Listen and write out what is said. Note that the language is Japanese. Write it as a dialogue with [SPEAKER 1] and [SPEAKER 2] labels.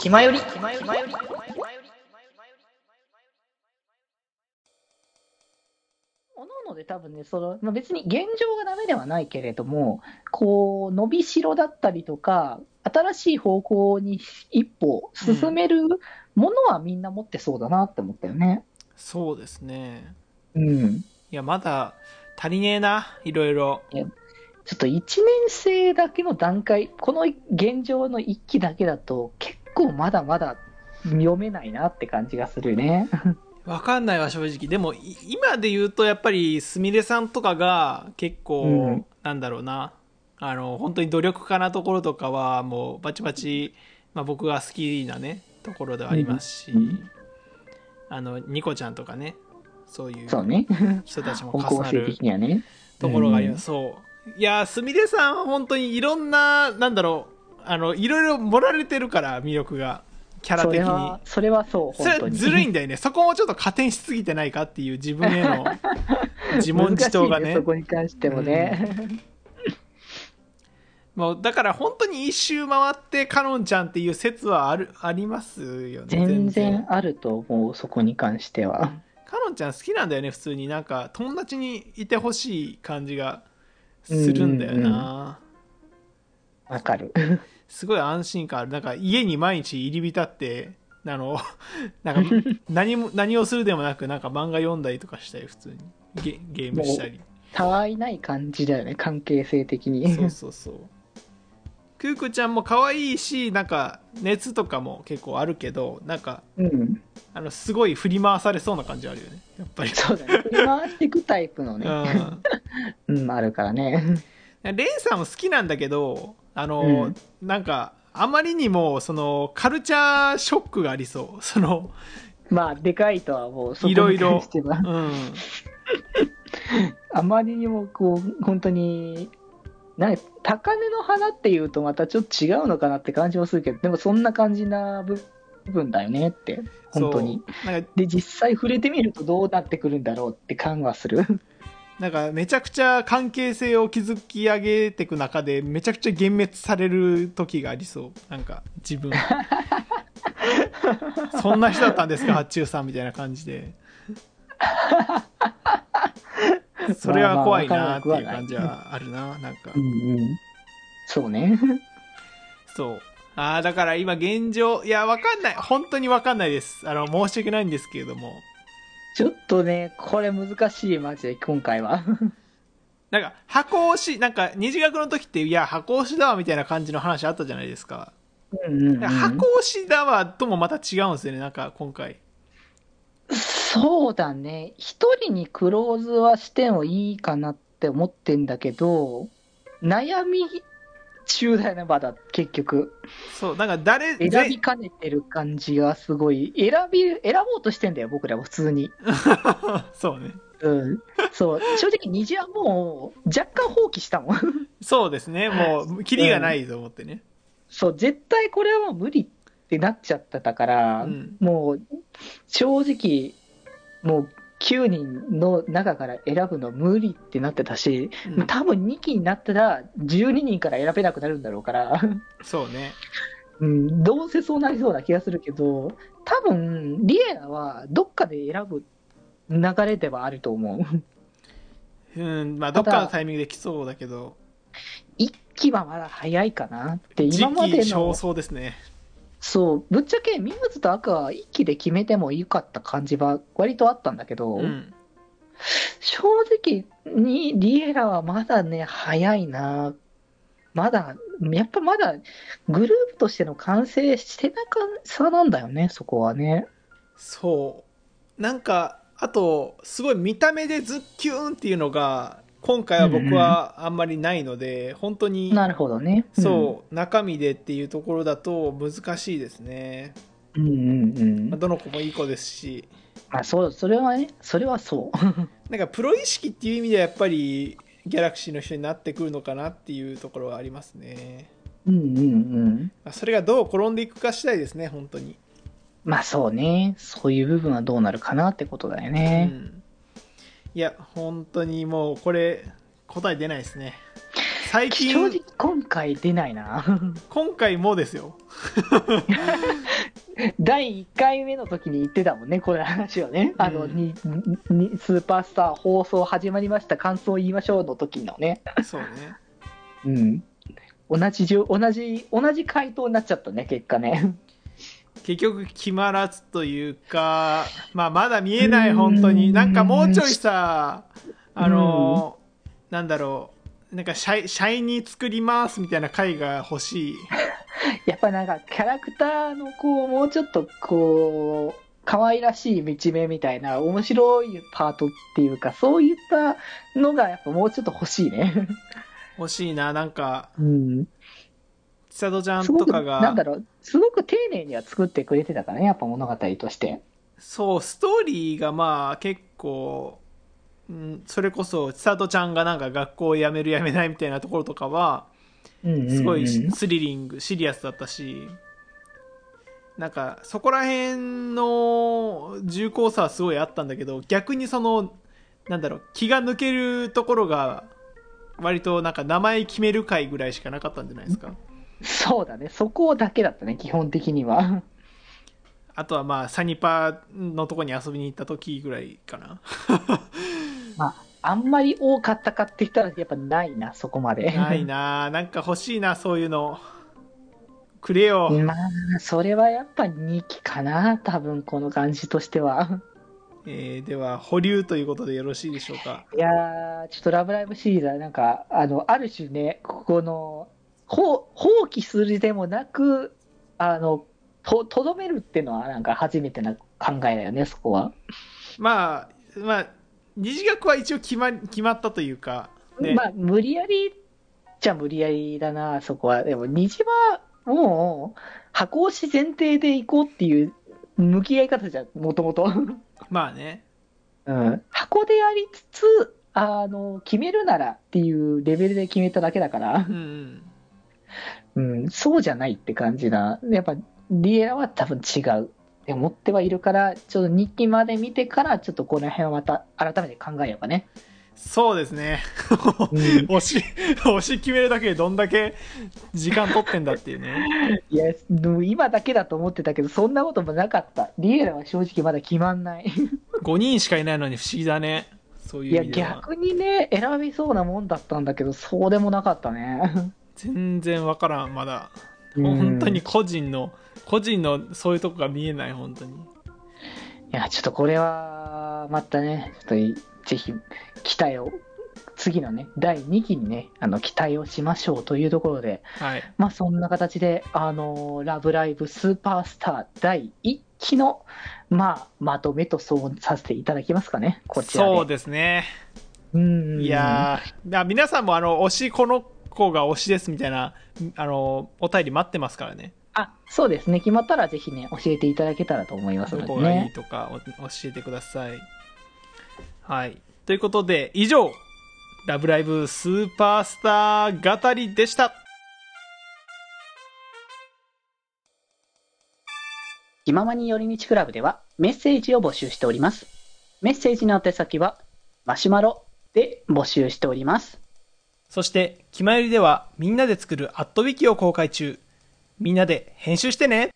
[SPEAKER 1] 気まより。
[SPEAKER 2] おのおので多分ね、その、まあ、別に現状がダメではないけれども、こう、伸びしろだったりとか、新しい方向に一歩進めるものはみんな持ってそうだなって思ったよね。
[SPEAKER 3] そうですね。
[SPEAKER 2] うん。
[SPEAKER 3] いや、まだ足りねえな、いろいろ。
[SPEAKER 2] ちょっと1年生だけの段階、この現状の一期だけだと、結構まだまだ読めないなって感じがするね。
[SPEAKER 3] わかんないわ、正直。でも、い今で言うと、やっぱり、すみれさんとかが、結構、
[SPEAKER 2] うん
[SPEAKER 3] なんだろうな。あの、本当に努力家なところとかは、もう、バチバチ、まあ、僕が好きなね、ところではありますし、
[SPEAKER 2] うんうん
[SPEAKER 3] あの、ニコちゃんとかね、そういう
[SPEAKER 2] そう ね。
[SPEAKER 3] 人たちも
[SPEAKER 2] 方
[SPEAKER 3] 重
[SPEAKER 2] 向
[SPEAKER 3] な
[SPEAKER 2] 性
[SPEAKER 3] る
[SPEAKER 2] 的にはね。
[SPEAKER 3] ところがありま
[SPEAKER 2] うん
[SPEAKER 3] す。そう。いやー、すみれさんは本当にいろんな、なんだろう、あの、いろいろ盛られてるから、魅力が、キャラ
[SPEAKER 2] そ
[SPEAKER 3] 的
[SPEAKER 2] れ
[SPEAKER 3] に
[SPEAKER 2] は。、それはそう、
[SPEAKER 3] それ
[SPEAKER 2] 本当に。
[SPEAKER 3] ずるいんだよね。そこもちょっと加点しすぎてないかっていう自分 への自問自答
[SPEAKER 2] 難
[SPEAKER 3] が
[SPEAKER 2] しい
[SPEAKER 3] ね。
[SPEAKER 2] そこに関してもね。
[SPEAKER 3] もうだから本当に一周回ってカノンちゃんっていう説はある、ありますよね。
[SPEAKER 2] 全然あると思う、そこに関しては。
[SPEAKER 3] カノンちゃん好きなんだよね、普通に。なんか友達にいてほしい感じがするんだよな。
[SPEAKER 2] うんうわか る。
[SPEAKER 3] すごい安心感ある。なんか家に毎日入り浸って、あの、 な んか何も、何をするでもなく、なんか漫画読んだりとかしたり、普通に。ゲゲームしたり。
[SPEAKER 2] たわいない感じだよね、関係性的に。
[SPEAKER 3] そうそうそう。クークちゃんも可愛いし、なんか熱とかも結構あるけど、なんか
[SPEAKER 2] うん。
[SPEAKER 3] あのすごい振り回されそうな感じあるよね。やっぱり。
[SPEAKER 2] そうだね。振り回していくタイプの
[SPEAKER 3] う
[SPEAKER 2] ね、
[SPEAKER 3] ん。
[SPEAKER 2] うん、あるからね。
[SPEAKER 3] レンさんも好きなんだけど、あの、なんかあまりにもそのカルチャーショックがありそう。その、
[SPEAKER 2] まあ、でかいとはもう、そこ
[SPEAKER 3] いろい
[SPEAKER 2] に
[SPEAKER 3] ろ
[SPEAKER 2] 関しては。
[SPEAKER 3] うん。
[SPEAKER 2] あまりにも、こう、本当に、なんか高根の花っていうとまたちょっと違うのかなって感じもするけど、でもそんな感じな部部分だよねって、本当に。
[SPEAKER 3] そう。なんか、
[SPEAKER 2] で、実際触れてみるとどうなってくるんだろうって感はする。
[SPEAKER 3] なんかめちゃくちゃ関係性を築き上げていく中で、めちゃくちゃ幻滅される時がありそう。なんか、自 分。そんな人だったんですか、八中さんみたいな感じで。それは怖いなーっていう感じはあるな、なんか
[SPEAKER 2] う。んうん。そうね。
[SPEAKER 3] そう。ああ、だから今現状、いや、わかんない。本当にわかんないです。あの、申し訳ないんですけれども。
[SPEAKER 2] ちょっとね、これ難しい、マジで、今回は。
[SPEAKER 3] なんか、箱押し、なんか、二次学の時って、いや、箱押しだわ、みたいな感じの話あったじゃないですか。
[SPEAKER 2] うんうんうん
[SPEAKER 3] 箱押しだわともまた違うんですよね、なんか今回。
[SPEAKER 2] そうだね。一人にクローズはしてもいいかなって思ってんだけど、悩み中だよね、まだ、結局。
[SPEAKER 3] そう、なんか誰、
[SPEAKER 2] 選
[SPEAKER 3] ぜ
[SPEAKER 2] びかねてる感じがすごい。選び、選ぼうとしてんだよ、僕らは普通に。
[SPEAKER 3] そうね。
[SPEAKER 2] うん。そう。正直、虹はもう、若干放棄したもん。
[SPEAKER 3] そうですね、もう、キリがないと思ってね。
[SPEAKER 2] そう、絶対これはもう無理ってなっちゃってたか
[SPEAKER 3] う
[SPEAKER 2] ら、
[SPEAKER 3] ん。
[SPEAKER 2] もう、正直、もう9人の中から選ぶの無理ってなってたし、
[SPEAKER 3] うん
[SPEAKER 2] 多分2期になったら12人から選べなくなるんだろうから、
[SPEAKER 3] そうね。
[SPEAKER 2] うん、どうせそうなりそうな気がするけど、多分、リエナはどっかで選ぶ流れではあると思う。
[SPEAKER 3] うん、まあ、どっかのタイミングで来そうだけど、
[SPEAKER 2] 1期はまだ早いかなって、
[SPEAKER 3] 時
[SPEAKER 2] 今まで
[SPEAKER 3] 期尚
[SPEAKER 2] の、
[SPEAKER 3] 早ですね。
[SPEAKER 2] そう、ぶっちゃけミムズとアクアは1期で決めてもよかった感じは割とあったんだけど、
[SPEAKER 3] うん。
[SPEAKER 2] 正直にリエラはまだね、早いな。まだ、やっぱまだグループとしての完成してなかさなんだよね、そこはね。
[SPEAKER 3] そう。なんか、あと、すごい見た目でズッキューンっていうのが、今回は僕はあんまりないので、本当に、
[SPEAKER 2] なるほどね。
[SPEAKER 3] そう、中身でっていうところだと難しいですね。
[SPEAKER 2] うん。うんうんうん
[SPEAKER 3] まあ、。どの子もいい子ですし。
[SPEAKER 2] まあそう、それはね、それはそう。
[SPEAKER 3] なんかプロ意識っていう意味ではやっぱりギャラクシーの人になってくるのかなっていうところはありますね。
[SPEAKER 2] うんうんうん。
[SPEAKER 3] まあそれがどう転んでいくか次第ですね、本当に。
[SPEAKER 2] まあそうね。そういう部分はどうなるかなってことだよ
[SPEAKER 3] う
[SPEAKER 2] ね。
[SPEAKER 3] ん、いや、本当にもうこれ答え出ないですね。最
[SPEAKER 2] 正直
[SPEAKER 3] 近、
[SPEAKER 2] 今回出ないな。
[SPEAKER 3] 今回もですよ。
[SPEAKER 2] 第1回目の時に言ってたもんね、これ話をね。あの、
[SPEAKER 3] うん
[SPEAKER 2] ににスーパースター放送始まりました、感想言いましょうの時のね。
[SPEAKER 3] そうね。
[SPEAKER 2] うん。同じじゅ、同じ、同じ回答になっちゃったね、結果ね。
[SPEAKER 3] 結局決まらずというか、まあ、まだ見えない本当に
[SPEAKER 2] うん
[SPEAKER 3] なんかもうちょいさあの、なんだろうなんかシャイシャイに作りますみたいな回が欲しい
[SPEAKER 2] やっぱなんか、キャラクターのこう、もうちょっとこう、可愛らしい道目みたいな、面白いパートっていうか、そういったのが、やっぱもうちょっと欲しいね。
[SPEAKER 3] 欲しいななんか
[SPEAKER 2] うん。
[SPEAKER 3] 千里ちゃん
[SPEAKER 2] すご
[SPEAKER 3] と
[SPEAKER 2] く、
[SPEAKER 3] か
[SPEAKER 2] なんだ
[SPEAKER 3] が
[SPEAKER 2] ろう、すごく丁寧には作ってくれてたからね、やっぱ物語として。
[SPEAKER 3] そうストーリーがまあ結構、うん、それこそ千里ちゃんがなんか学校を辞める辞めないみたいなところとかは
[SPEAKER 2] うんうんうん
[SPEAKER 3] すごいスリリング、シリアスだったし、なんかそこら辺の重厚さはすごいあったんだけど、逆にその、なんだろう、気が抜けるところが、割となんか名前決める回ぐらいしかなかったんじゃないですか。
[SPEAKER 2] そうだね、そこだけだったね、基本的には。
[SPEAKER 3] あとはまあ、サニパのとこに遊びに行った時ぐらいか な。
[SPEAKER 2] あんまり多かったかって言ったら、やっぱないな、そこまで。
[SPEAKER 3] ないなあなんか欲しいな、そういうの。くれよ。
[SPEAKER 2] まあ、それはやっぱ2期かな、多分この感じとしては。
[SPEAKER 3] えーでは、保留ということでよろしいでしょうか。
[SPEAKER 2] いやー、ちょっとラブライブシリーズは、なんか、あの、ある種ね、ここの、放放棄するでもなく、あの、と、とどめるっていうのは、なんか初めてな考えだよね、そこは。
[SPEAKER 3] まあ、まあ、二次学は一応決まり決まったというか、ね
[SPEAKER 2] まあ、無理やりじゃ無理やりだな、そこは。でも、虹はもう、箱押し前提で行こうっていう向き合い方じゃん、もともと。
[SPEAKER 3] まあね、
[SPEAKER 2] うん。箱でありつつ、あの、決めるならっていうレベルで決めただけだから
[SPEAKER 3] う、んうん、
[SPEAKER 2] うん、そうじゃないって感じな。やっぱ、リエラは多分違う。って思ってはいるから、ちょっと日記まで見てから、ちょっとこの辺はまた改めて考えようかね。
[SPEAKER 3] そうですね、
[SPEAKER 2] ん
[SPEAKER 3] 押し、押し決めるだけでどんだけ時間取ってんだっていうね、
[SPEAKER 2] いや、でも今だけだと思ってたけど、そんなこともなかった。リエラは正直まだ決まんない。
[SPEAKER 3] 5人しかいないのに不思議だね、そうい
[SPEAKER 2] いう
[SPEAKER 3] 意
[SPEAKER 2] や、
[SPEAKER 3] 味では。
[SPEAKER 2] 逆にね、選びそうなもんだったんだけど、そうでもなかったね。
[SPEAKER 3] 全然わからん、まだ。
[SPEAKER 2] うん
[SPEAKER 3] 本当に個人の、個人のそういうとこが見えない、本当に。
[SPEAKER 2] いや、ちょっとこれは、またね、ちょっといぜひ、期待を、次のね、第2期にね、あの、期待をしましょうというところで、
[SPEAKER 3] はい、
[SPEAKER 2] まあそんな形で、あのーラブライブスーパースター第1期の、まあ、まとめとそうさせていただきますかね、こちらで。
[SPEAKER 3] そうですね。
[SPEAKER 2] うん。
[SPEAKER 3] いやーだ皆さんもあの推しこの子が推しですみたいなあのお便り待ってますからね
[SPEAKER 2] あ、そうですね。決まったらぜひね、教えていただけたらと思います
[SPEAKER 3] ど
[SPEAKER 2] ので
[SPEAKER 3] こがいい
[SPEAKER 2] ね。
[SPEAKER 3] とかお教えてくださいはいということで以上「ラブライブスーパースター語り」でした
[SPEAKER 2] 気ままに寄り道クラブではメッセージを募集しております。メッセージの宛先は、マシュマロで募集しております。
[SPEAKER 3] そして「きまより」ではみんなで作る「アットウィキを公開中みんなで編集してね